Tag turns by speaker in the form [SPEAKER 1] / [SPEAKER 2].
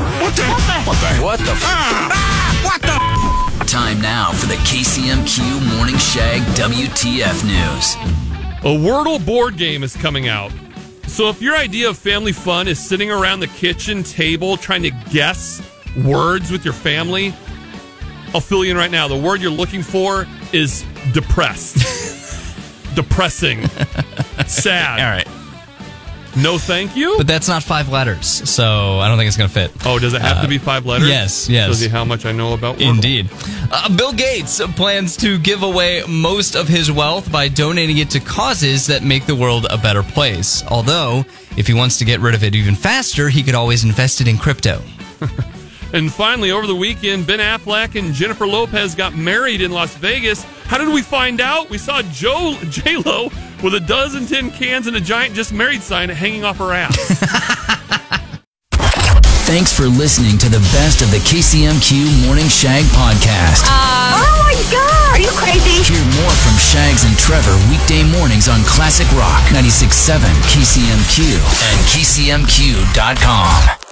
[SPEAKER 1] What the?
[SPEAKER 2] What the? F-
[SPEAKER 1] Ah, What the?
[SPEAKER 3] Time now for the KCMQ Morning Shag WTF News.
[SPEAKER 4] A Wordle board game is coming out. So if your idea of family fun is sitting around the kitchen table trying to guess words with your family, I'll fill you in right now. The word you're looking for is depressed. Depressing. Sad.
[SPEAKER 5] All right.
[SPEAKER 4] No thank you.
[SPEAKER 5] But that's not five letters, so I don't think it's going to fit.
[SPEAKER 4] Oh, does it have to be five letters?
[SPEAKER 5] yes, yes.
[SPEAKER 4] Tells you how much I know about Wordle.
[SPEAKER 5] Indeed. Uh, Bill Gates plans to give away most of his wealth by donating it to causes that make the world a better place. Although, if he wants to get rid of it even faster, he could always invest it in crypto.
[SPEAKER 4] And finally, over the weekend, Ben Affleck and Jennifer Lopez got married in Las Vegas. How did we find out? We saw Joe J Lo with a dozen tin cans and a giant just married sign hanging off her ass.
[SPEAKER 3] Thanks for listening to the best of the KCMQ Morning Shag podcast.
[SPEAKER 6] oh my god! Are you crazy?
[SPEAKER 3] Hear more from Shags and Trevor weekday mornings on Classic Rock 96.7 KCMQ and KCMQ.com.